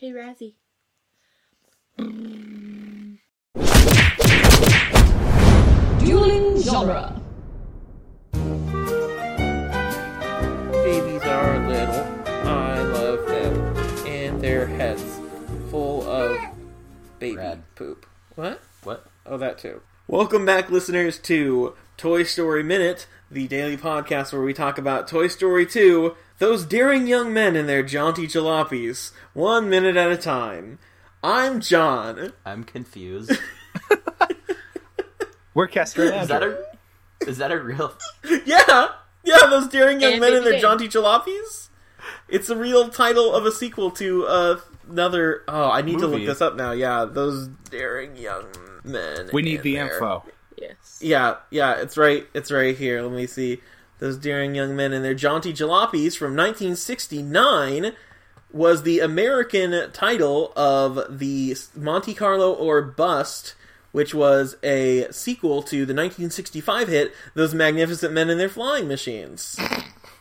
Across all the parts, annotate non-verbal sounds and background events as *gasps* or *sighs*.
Hey, Razzie. Dueling genre. Babies are little. I love them. And their heads full of baby Red. poop. What? What? Oh, that too. Welcome back, listeners, to Toy Story Minute, the daily podcast where we talk about Toy Story 2, those daring young men and their jaunty jalopies, one minute at a time. I'm John. *laughs* I'm confused. Is We're Castor and that Andrew. a is that a *laughs* real Yeah! Yeah, those daring young And men and their Baby jaunty jalopies? It's a real title of a sequel to uh, another. Oh, I need to look Movie. this up now. Yeah, those daring young men. We need and the their- info. Yes. Yeah, yeah, it's right. It's right here. Let me see. Those daring young men and their jaunty jalopies from 1969 was the American title of the Monte Carlo or Bust, which was a sequel to the 1965 hit Those Magnificent Men and Their Flying Machines.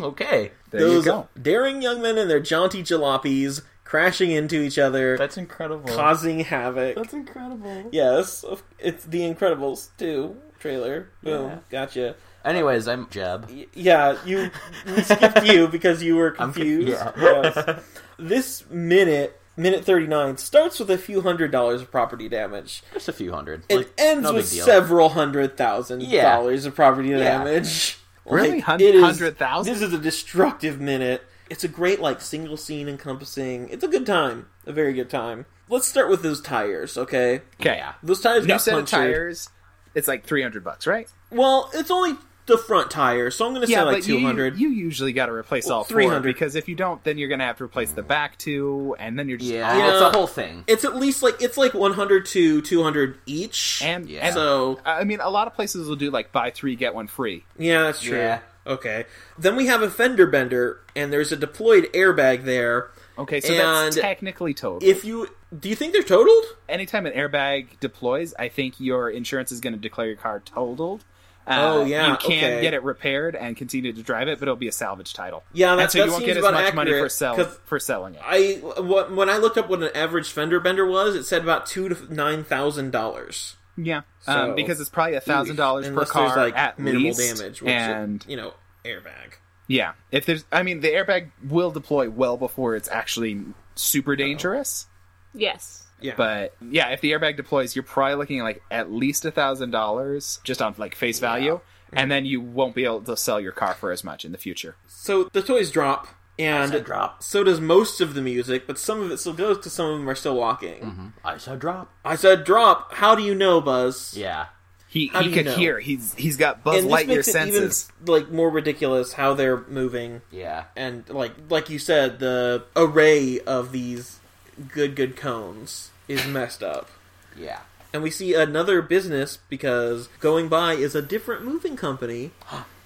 Okay. There Those you go. daring young men and their jaunty jalopies crashing into each other, That's incredible. causing havoc. incredible. yes, it's the Incredibles too trailer. Boom, Yeah. gotcha. Anyways, I'm Jeb. Y- Yeah, you we skipped *laughs* you because you were I'm confused. yeah. Yes. *laughs* This minute, minute thirty nine, starts with a few hundred dollars of property damage. Just a few hundred. It Like, ends no with big deal. several hundred thousand Yeah. dollars of property Yeah. damage. *laughs* Really? Hun- it is- hundred thousand? This is a destructive minute. It's a great like single scene encompassing. It's a good time, a very good time. Let's start with those tires, okay? Okay. Those tires New got set punctured. of tires. It's like three hundred bucks, right? Well, it's only the front tire, so I'm going to say like but you- two hundred. You, usually got to replace Well, all three 300. hundred because if you don't, then you're gonna have to replace the back two, and then you're just Yeah, Yeah. it's a whole thing. it's at least like it's like 100 to 200 each And, Yeah. and so I mean, a lot of places will do like buy three get one free. yeah that's true Yeah. okay then we have a fender bender and there's a deployed airbag there Okay, so that's And technically total. if you do you think they're totaled Anytime an airbag deploys, I think your insurance is going to declare your car totaled. Uh, Oh, yeah, you can okay. get it repaired and continue to drive it, but it'll be a salvage title. Yeah, that- and so that you won't seems get as about much money for accurate, sell 'cause- for selling it. i wh- when i looked up what an average fender bender was it said about two to nine thousand dollars Yeah, So- e- um, because it's probably a thousand dollars per unless car there's like at minimal least, damage which and you know airbag yeah, if there's, I mean, the airbag will deploy well before it's actually super dangerous. Yes. yeah But yeah, if the airbag deploys, you're probably looking at like at least a thousand dollars just on like face value, Mm-hmm. and then you won't be able to sell your car for as much in the future. so the toys drop and I said drop. so does most of the music but some of it still goes to some of them are still walking Mm-hmm. I saw drop. i said drop how do you know buzz Yeah. He How do he you could know? hear. He's he's got Buzz and this Lightyear makes it senses. even like more ridiculous how they're moving Yeah. and like like you said the array of these good good cones is messed up Yeah. and we see another business because going by is a different moving *gasps* company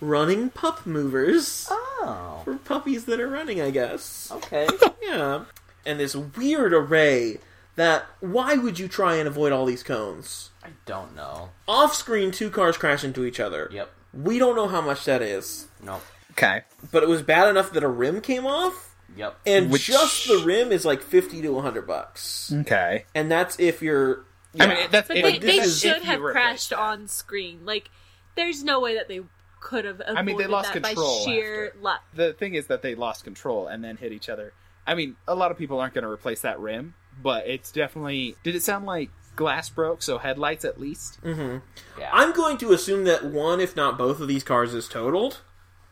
running pup movers Oh. for puppies that are running i guess *laughs* Okay. yeah and this weird array that why would you try and avoid all these cones I don't know. off screen two cars crash into each other Yep. we don't know how much that is Nope. Okay, but it was bad enough that a rim came off Yep. and Which- Mm. just the rim is like 50 to 100 bucks okay. and that's if you're yeah. I mean, that's But it- they, this they is if should you have replace- crashed on screen. Like, there's no way that they could have avoided mean, they lost that by control sheer after. luck. the thing is that they lost control and then hit each other. I mean, a lot of people aren't going to replace that rim, but it's definitely. Did it sound like glass broke? So headlights at least. Mm. yeah. i'm going to assume that one if not both of these cars is totaled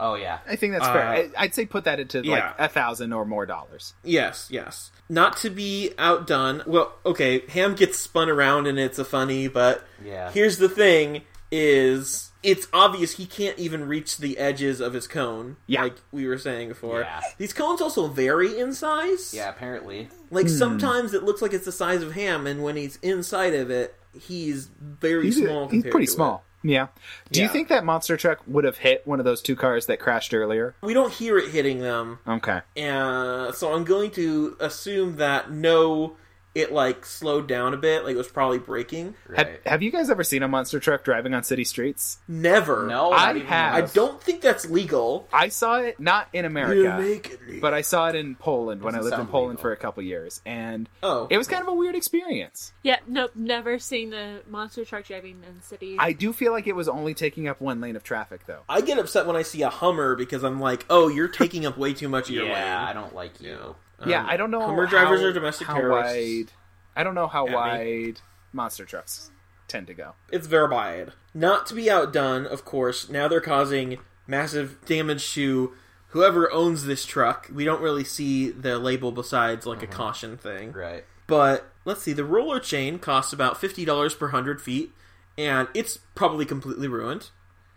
oh yeah. I think that's fair. Uh, I, I'd say put that into yeah. like a thousand or more dollars. yes yes not to be outdone well okay ham gets spun around and it's a funny but Yeah. here's the thing is it's obvious he can't even reach the edges of his cone Yeah. like we were saying before Yeah. these cones also vary in size Yeah. Apparently. Like Hmm. sometimes it looks like it's the size of ham, and when he's inside of it, he's very small. he's compared pretty to it. small. Yeah. Do you Yeah. think that monster truck would have hit one of those two cars that crashed earlier? We don't hear it hitting them, Okay. and so I'm going to assume that no, it like slowed down a bit, like it was probably breaking. Have, Right. have you guys ever seen a monster truck driving on city streets? Never. no, I not even have- I enough. don't think that's legal. I saw it not in You America, make it legal. but I saw it in Poland when I Doesn't lived in sound Poland legal. for a couple years, and oh, it was kind of a weird experience. Yeah, nope, never seen a monster truck driving in cities. I do feel like it was only taking up one lane of traffic, though. I get upset when I see a Hummer because I'm like, oh, you're taking up way too much of your Yeah, I lane. don't like you. Um, yeah, I don't know. Hummer drivers how- are domestic how terrorists. Wide, I don't know how At me. wide monster trucks tend to go. It's Verbiad. Not to be outdone, of course, now they're causing massive damage to whoever owns this truck. We don't really see the label besides like Mm-hmm. a caution thing. Right. But let's see, the roller chain costs about $50 per 100 feet, and it's probably completely ruined.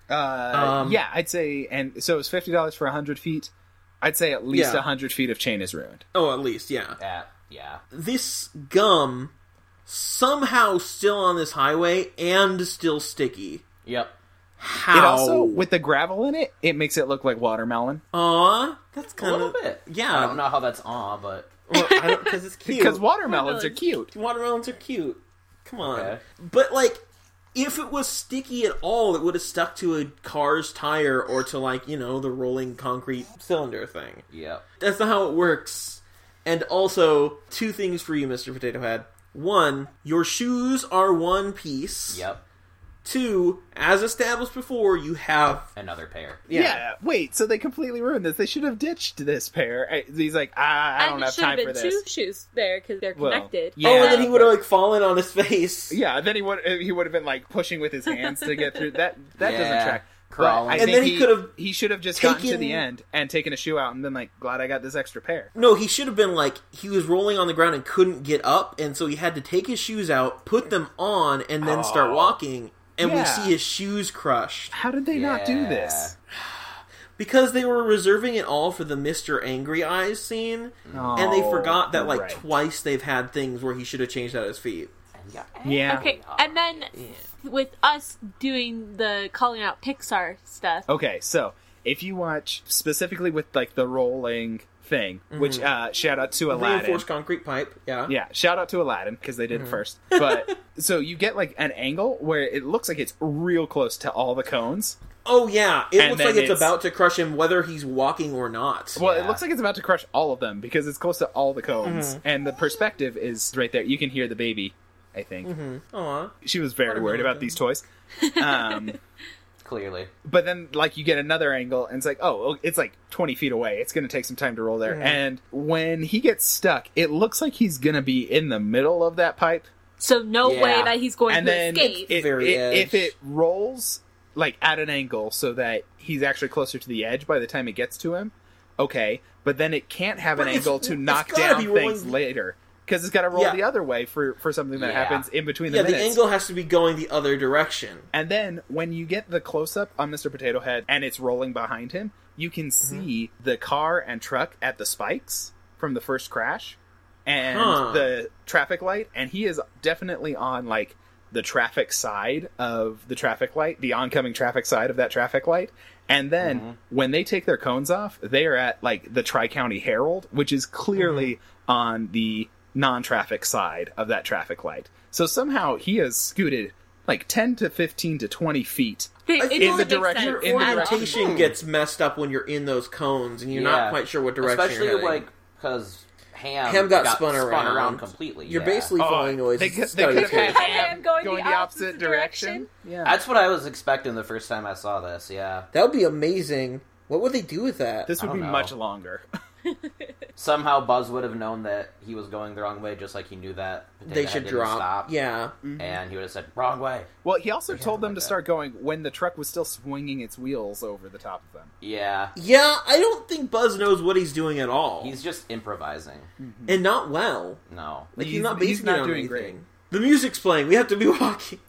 Uh, Um, yeah, I'd say, and so it's fifty dollars for hundred feet. I'd say at least Yeah. hundred feet of chain is ruined. Oh, at least, yeah. Uh, yeah. This gum somehow still on this highway and still sticky. Yep. How? It also, with the gravel in it, it makes it look like watermelon Aw, that's A kind of little bit. Uh, Yeah. I don't know how that's on, but because *laughs* it's cute. because watermelons are Watermelon. cute. watermelons are cute. Come on. Okay. But like if it was sticky at all, it would have stuck to a car's tire or to like, you know, the rolling concrete cylinder thing. yep. That's not how it works. And also, two things for you, Mr. Potato Head. One, your shoes are one piece. Yep. Two, as established before, you have Another pair. Yeah. wait. So they completely ruined this. They should have ditched this pair. I- He's like, ah, I don't and it have should have time for been this. two shoes there because they're Well, connected. yeah. Oh, and then he would but- have like fallen on his face. Yeah, then he would he would have been like pushing with his hands to get through that. That Yeah, doesn't track. But crawling. I And think then he could've he should have just gotten to taken- the end and taken a shoe out and been like, "Glad I got this extra pair." No, he should have been like he was rolling on the ground and couldn't get up, and so he had to take his shoes out, put them on, and then start walking. And Yeah. we see his shoes crushed How did they not do this? because they were reserving it all for the Mister Angry Eyes scene, and they Oh, forgot that like right. twice they've had things where he should have changed out his feet. And yeah. Yeah. Okay, and then with us doing the calling out Pixar stuff, Okay, so if you watch specifically with like the rolling thing, which uh, shout out to Aladdin. Mm-hmm. Reinforced Mm-hmm. concrete pipe, yeah, Yeah, shout out to Aladdin because they did it first. But so you get like an angle where it looks like it's real close to all the cones. Oh yeah, it And looks then like it's, it's- about to crush him, whether he's walking or not. Well, it Yeah. looks like it's about to crush all of them because it's close to all the cones, and the perspective is right there. You can hear the baby. I think Aw. she was very worried about these toys. Um, Clearly. but then, like, you get another angle, and it's like, oh, it's like twenty feet away. It's going to take some time to roll there. And when he gets stuck, it looks like he's going to be in the middle of that pipe, so no Yeah. way that he's going and to then escape. it- Very it- if edge. it rolls like at an angle so that he's actually closer to the edge by the time it gets to him okay but then it can't have But an it's- angle to *laughs* it's knock gotta down be things rolling- later because it's got to roll Yeah. the other way for for something that Yeah. happens in between the yeah, the minutes angle has to be going the other direction. and then when you get the close up on Mr. Potato Head and it's rolling behind him, you can Mm-hmm. see the car and truck at the spikes from the first crash and Huh. the traffic light. And he is definitely on like the traffic side of the traffic light, the oncoming traffic side of that traffic light. And then Mm-hmm. when they take their cones off, they are at like the Tri County Herald, which is clearly Mm-hmm. on the non traffic side of that traffic light. So somehow he has scooted like 10 to 15 to 20 feet. It- it in totally the makes direction- sense. in the At all. direction- orientation gets messed up when you're in those cones and you're Yeah. not quite sure what direction Especially you're heading. like because Ham, Ham got, spun, around. completely. You're yeah. basically Oh, following noise. they It's could- gotta they be could have scary. had- I am going, Going the opposite direction. Yeah. That's what I was expecting the first time I saw this. Yeah. That would be amazing. What would they do with that? This I would be don't know. much longer. *laughs* Somehow Buzz would have known that he was going the wrong way, just like he knew that Potato they Head should didn't drop. Stop. Yeah. Mm-hmm. And he would have said wrong way. Well, he also told them like to that. start going when the truck was still swinging its wheels over the top of them. Yeah. Yeah, I don't think Buzz knows what he's doing at all. He's just improvising. Hmm. and not well. No. Like he's, He's- not basing he's not it on doing anything. The music's playing. We have to be *laughs* walking.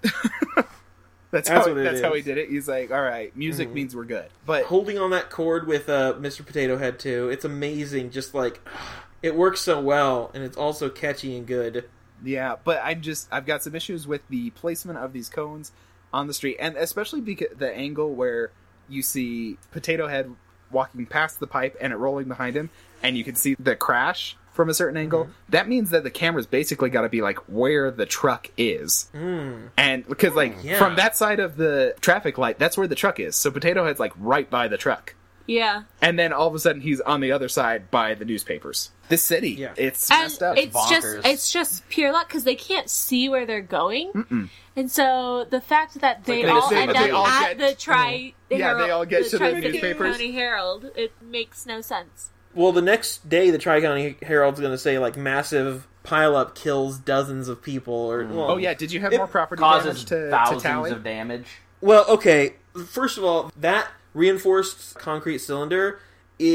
That's, That's how, what it that's how he is. Mm-hmm. did it. He's like, all right, music means we're good. But Holding on that chord with uh, Mr. Potato Head too. It's amazing. Just like *sighs* it works so well, and it's also catchy and good. Yeah, but I'm just I've got some issues with the placement of these cones on the street, and especially because the angle where you see Potato Head walking past the pipe and it rolling behind him, and you can see the crash from a certain angle, Mm-hmm. that means that the camera's basically got to be like where the truck is. And because, like, Mm. yeah. from that side of the traffic light, that's where the truck is. So Potato Head's like right by the truck. Yeah. And then all of a sudden, he's on the other side by the newspapers. This city, Yeah. it's and messed up. it's bonkers. just it's just pure luck because they can't see where they're going, and so the fact that they they all assume end that up they all at get- the tri Yeah, they all get the to the Tri-City newspapers. County Herald. It makes no sense. Well, the next day, the Tri County Herald's going to say like massive pileup kills dozens of people. Or well, oh yeah, did you have It more property damage Causes to, to thousands tally? of damage. Well, okay. First of all, that reinforced concrete cylinder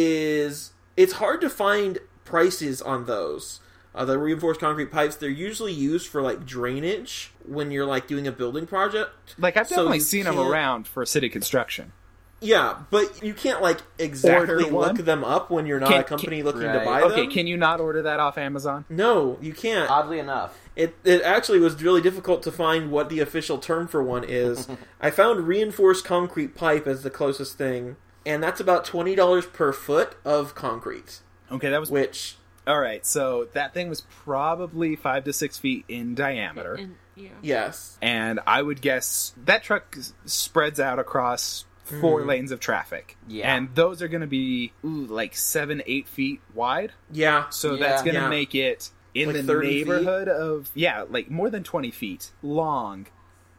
is it's hard to find prices on those. Uh, the reinforced concrete pipes they're usually used for like drainage when you're like doing a building project. like I've So definitely you seen them can't- around for city construction. Yeah, but you can't like exactly one? look them up when you're not Can- a company looking to right. buy Okay, them. can you not order that off Amazon? no, you can't. Oddly enough, It, it actually was really difficult to find what the official term for one is. I found reinforced concrete pipe as the closest thing, and that's about twenty dollars per foot of concrete. Okay, that was Which, all right. So that thing was probably five to six feet in diameter. And, you know. yes, and I would guess that truck s- spreads out across four lanes of traffic. Yeah. And those are going to be ooh, like seven, eight feet wide. yeah, So Yeah. that's going to Yeah. make it in Like the 30 feet? neighborhood of, yeah, like more than 20 feet long.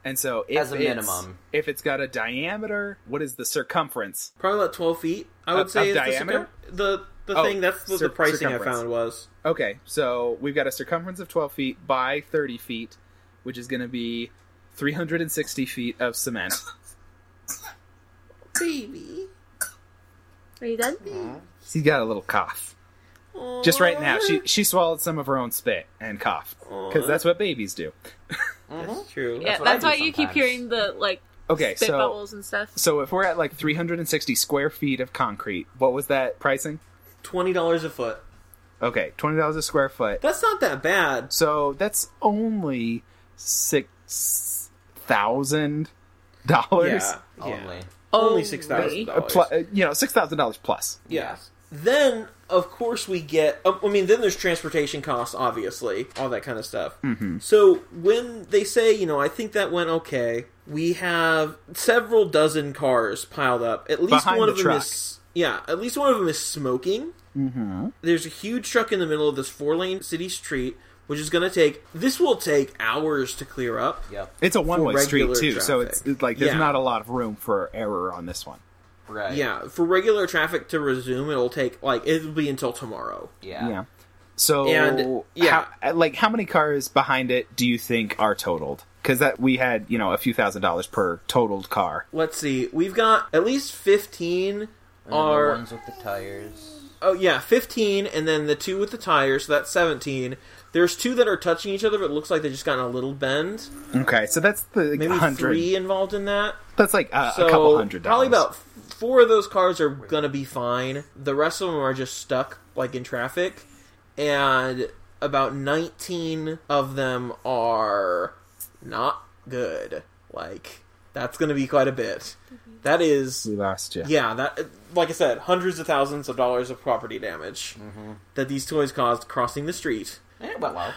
And so if As a it's- minimum. if it's got a diameter, what is the circumference? probably about twelve feet. I would Of- say of is the diameter? circum- the the Oh, thing that's what cir- the pricing I circumference. found was. Okay, so we've got a circumference of 12 feet by 30 feet, which is going to be 360 feet of cement. Baby, Are you done? *laughs* She's got a little cough. Just right now, she she swallowed some of her own spit and coughed because that's what babies do. That's true. Yeah, what I that's do why you keep sometimes. hearing the like Okay, spit so bubbles and stuff. so if we're at like 360 square feet of concrete, what was that pricing? Twenty dollars a foot. Okay, twenty dollars a square foot. That's not that bad. So that's only six thousand dollars. uh, yeah, only. only Only. six thousand dollars. you know, six thousand dollars plus. Yeah. Then, of course, we get. uh, I mean, then there's transportation costs, obviously, all that kind of stuff. Mm-hmm. So when they say, you know, I think that went okay, we have several dozen cars piled up. At least Behind one the of them truck. is. Yeah, at least one of them is smoking. Mm-hmm. There's a huge truck in the middle of this four lane city street, which is going to take. This will take hours to clear up. Yep. It's a one way street regular too, so traffic. it's, it's like there's Yeah. not a lot of room for error on this one. Right. Yeah, for regular traffic to resume, it'll take like it'll be until tomorrow. Yeah. Yeah. So And, yeah. how, uh, like how many cars behind it do you think are totaled? Because that we had you know a few thousand dollars per totaled car. Let's see. We've got at least 15 Are... are ones with the tires. Oh yeah, 15 and then the two with the tires, so that's 17. There's two that are touching each other but it looks like they just got in a little bend. Okay, so that's the Maybe hundred. 3 involved in that. That's like uh, So a couple hundred probably dollars. about f- four of those cars are going to be fine. The rest of them are just stuck like in traffic and about 19 of them are not good. Like that's going to be quite a bit. That is we lost you. yeah, that like I said, hundreds of thousands of dollars of property damage that these toys caused crossing the street. Eh, It went well.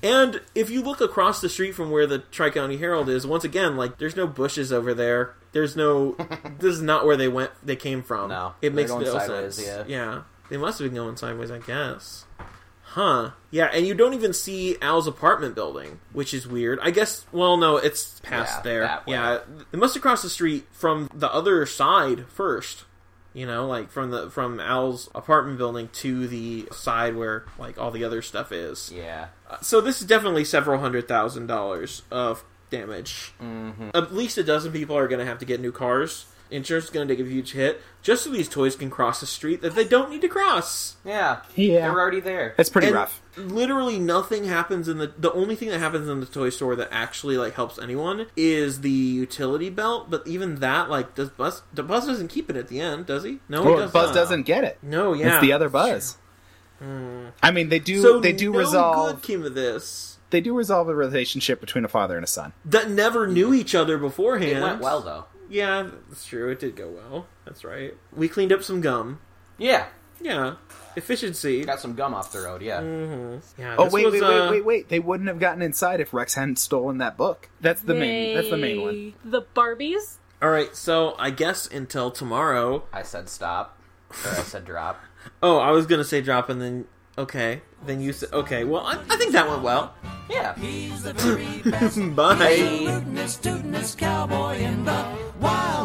And if you look across the street from where the Tri County Herald is, once again, like there's no bushes over there. There's *laughs* no. this is not where they went. They came from. No, it they're makes going no sideways, sense. yeah. they must have been going sideways, I guess. Huh? Yeah, and you don't even see Al's apartment building, which is weird. I guess. Well, no, it's past Yeah, there. that way. Yeah, they must have crossed the street from the other side first you know like from the from al's apartment building to the side where like all the other stuff is Yeah. so this is definitely several hundred thousand dollars of damage Mm-hmm. at least a dozen people are going to have to get new cars insurance is going to take a huge hit just so these toys can cross a street that they don't need to cross Yeah. Yeah. They're already there. That's pretty and rough. literally nothing happens in the the only thing that happens in the toy store that actually like helps anyone is the utility belt but even that like does buzz the buzz doesn't keep it at the end does he no he Well, does Buzz not. doesn't get it. No, yeah, Hmm. it's the other Buzz. I mean, they do. So they do no resolve. Good came of this. They do resolve a relationship between a father and a son. That never knew each other beforehand. It went well though. Yeah, that's true. It did go well. That's right. We cleaned up some gum. Yeah, Yeah, efficiency. got some gum off the road. Yeah, Yeah. Oh this wait, was, wait, uh, wait, wait, wait! They wouldn't have gotten inside if Rex hadn't stolen that book. That's the main. That's the main one. Yay. The Barbies. All right. So I guess until tomorrow. I said stop, or I said drop. Oh, I was gonna say drop, and then okay, then you said okay. Well, I, I think that went well. *laughs* Yeah. He's the very best Bye. tootin'est, tootin'est cowboy in the wild.